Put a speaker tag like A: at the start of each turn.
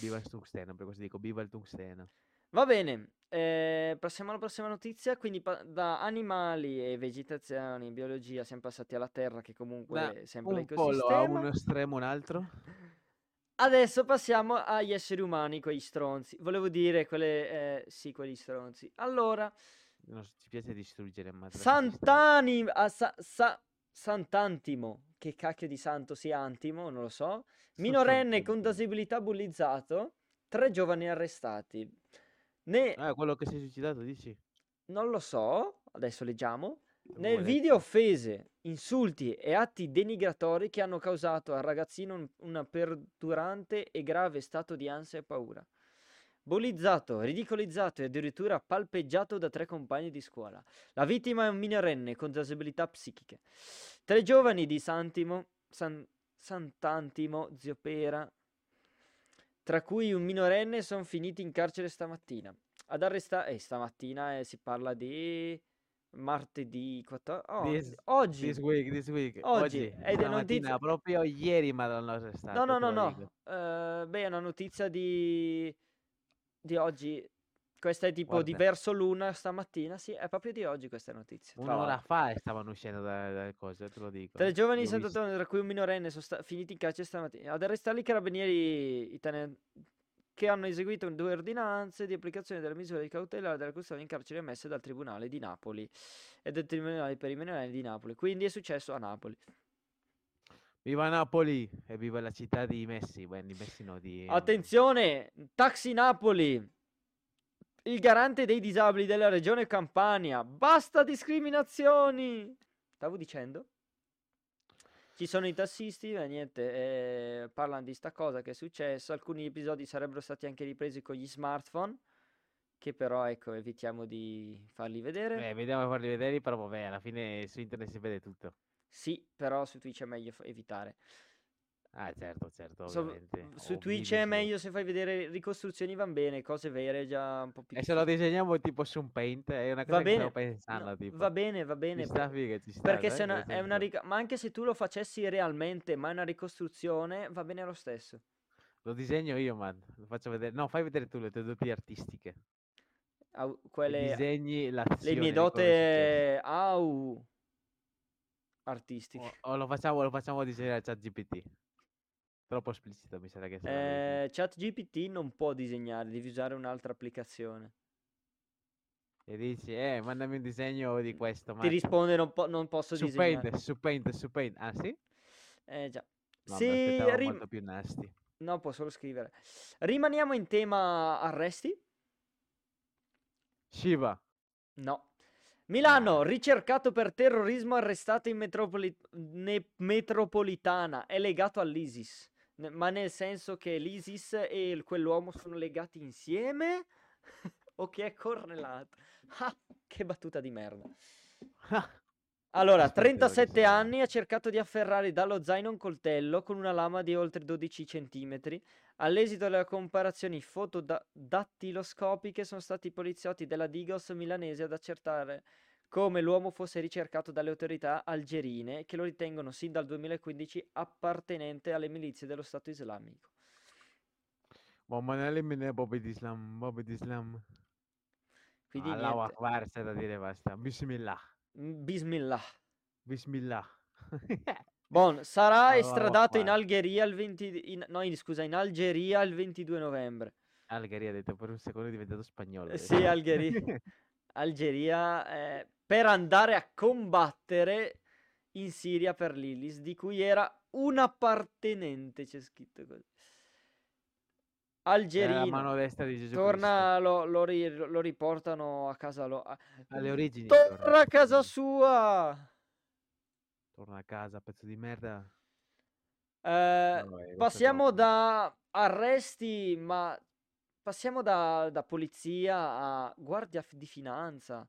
A: Viva il tungsteno, per questo dico viva il tungsteno.
B: Va bene, eh, passiamo alla prossima notizia. Quindi pa- da animali e vegetazioni, biologia, siamo passati alla terra che
A: Da
B: comunque è sempre
A: un polo a
B: l'ecosistema.
A: un estremo un altro.
B: Adesso passiamo agli esseri umani, quegli stronzi. Volevo dire, quelle, eh, sì, quegli stronzi. Allora,
A: Non so, ci piace distruggere, ma tra esistenti.
B: Sant'ani, a Sa- Sa- Sant'Antimo, che cacchio di santo sia Antimo, non lo so. Minorenne con disabilità bullizzato, tre giovani arrestati. Ne,
A: Ah, quello che si è suicidato, dici?
B: non lo so, adesso leggiamo. Nel
A: Avevo
B: video
A: letto.
B: offese, insulti e atti denigratori che hanno causato al ragazzino un, un perdurante e grave stato di ansia e paura. Bullizzato, ridicolizzato e addirittura palpeggiato da tre compagni di scuola. La vittima è un minorenne con disabilità psichiche. Tre giovani di Santimo, San- Sant'Antimo, Ziopera, tra cui un minorenne, sono finiti in carcere stamattina. Ad arrestare... Eh, stamattina eh, si parla di martedì 14... Oh,
A: This,
B: oggi!
A: this week, this week,
B: Oggi!
A: oggi,
B: È de-
A: stamattina,
B: notizia...
A: proprio ieri, madonna, è
B: No,
A: stato,
B: no,
A: te
B: no,
A: lo dico.
B: no. Eh, beh, è una notizia di... di oggi. Questa è tipo di
A: Guarda,
B: verso l'una stamattina. Sì, è proprio di oggi questa notizia, tra
A: un'ora
B: l'altro.
A: fa stavano uscendo da- dalle cose, te lo dico,
B: Tre
A: eh.
B: giovani di
A: Io ho visto.
B: Sant'Antonio, tra cui un minorenne, sono sta- finiti in carcere stamattina. Ah, Ad arrestarli i carabinieri italiani che hanno eseguito due ordinanze di applicazione della misura di cautela della custodia in carcere emesse dal Tribunale di Napoli e del Tribunale per i minorenni di Napoli. Quindi è successo a Napoli.
A: Viva Napoli e viva la città di Messi, beh, di Messi no, di... ehm,
B: Attenzione, Taxi Napoli, il garante dei disabili della regione Campania. Basta discriminazioni! Stavo dicendo? Ci sono i tassisti, ma niente, eh, parlano di sta cosa che è successa. Alcuni episodi sarebbero stati anche ripresi con gli smartphone, che però, ecco, evitiamo di farli vedere.
A: Beh, Eh, vediamo a farli vedere, però vabbè, alla fine su internet si vede tutto.
B: Sì, però su Twitch è meglio fa- evitare.
A: Ah, certo, certo,
B: So-
A: ovviamente,
B: su
A: o
B: Twitch
A: video
B: è
A: su...
B: meglio se fai vedere ricostruzioni, van bene, cose vere già un po' più
A: E se lo
B: difficili.
A: disegniamo tipo su un paint, è una
B: Va
A: cosa che stavo
B: bene, no,
A: pensando,
B: va
A: tipo,
B: bene, va
A: ci
B: bene.
A: sta eh,
B: per-
A: figa, ci sta,
B: Perché
A: sai,
B: se è una,
A: questo
B: è una
A: video.
B: ric- ma anche se tu lo facessi realmente, ma è una ricostruzione, va bene lo stesso.
A: Lo disegno io, man, lo faccio vedere, no, fai vedere tu le tue doti artistiche,
B: Au-
A: e
B: quelle,
A: disegni
B: le mie
A: l'azione di quello che è successo.
B: dote,
A: Oh,
B: au, artistiche.
A: O, o lo facciamo, lo facciamo disegnare a ChatGPT. Troppo esplicito mi sa che sarebbe
B: Eh,
A: disegnare.
B: ChatGPT non può disegnare, devi usare un'altra applicazione.
A: E dici, eh, mandami un disegno di questo,
B: Ti
A: mazza.
B: risponde non, po- non posso
A: Su Paint,
B: disegnare.
A: su Paint, su Paint. Ah, sì?
B: Eh già.
A: No, mi
B: Sì,
A: aspettavo
B: rim-
A: molto più nasty.
B: no, può solo scrivere. Rimaniamo in tema arresti?
A: Shiva.
B: No.
A: Ah,
B: Milano, ricercato per terrorismo, arrestato in metropoli- ne- metropolitana, è legato all'ISIS. Ne- ma nel senso che l'ISIS e il- quell'uomo sono legati insieme? o che è correlato? Ah, che battuta di merda.
A: ti
B: Allora,
A: aspettavo che
B: 37
A: sarebbe.
B: anni ha cercato di afferrare dallo zaino un coltello con una lama di oltre 12 centimetri. All'esito delle comparazioni fotodattiloscopiche sono stati i poliziotti della Digos milanese ad accertare come l'uomo fosse ricercato dalle autorità algerine che lo ritengono sin dal 2015 appartenente alle milizie dello Stato islamico.
A: Mamma elimina Bobby d'Islam, Bobby d'Islam.
B: Quindi
A: Allahu
B: niente,
A: Akbar, c'è da dire basta. Bismillah,
B: mm, bismillah.
A: bismillah.
B: Bon, sarà
A: Allahu
B: estradato in
A: Akbar.
B: Algeria il 20 in- no, in- scusa, in Algeria il 22 novembre.
A: Algheria ha detto per un secondo è diventato spagnolo
B: Eh Sì,
A: adesso.
B: Algheria. Algeria eh, per andare a combattere in Siria per l'ILIS, di cui era un appartenente, c'è scritto
A: Eh,
B: così.
A: Era la
B: Algerino,
A: mano destra di Gesù Cristo.
B: torna, lo, lo ri- lo riportano a casa, lo- a-
A: Alle origini torna.
B: torna a
A: pezzo
B: casa
A: di-
B: sua!
A: Torna a casa, pezzo di merda.
B: Eh,
A: No, eh, questo è
B: passiamo
A: troppo.
B: da arresti, ma passiamo da, da polizia a guardia f- di finanza.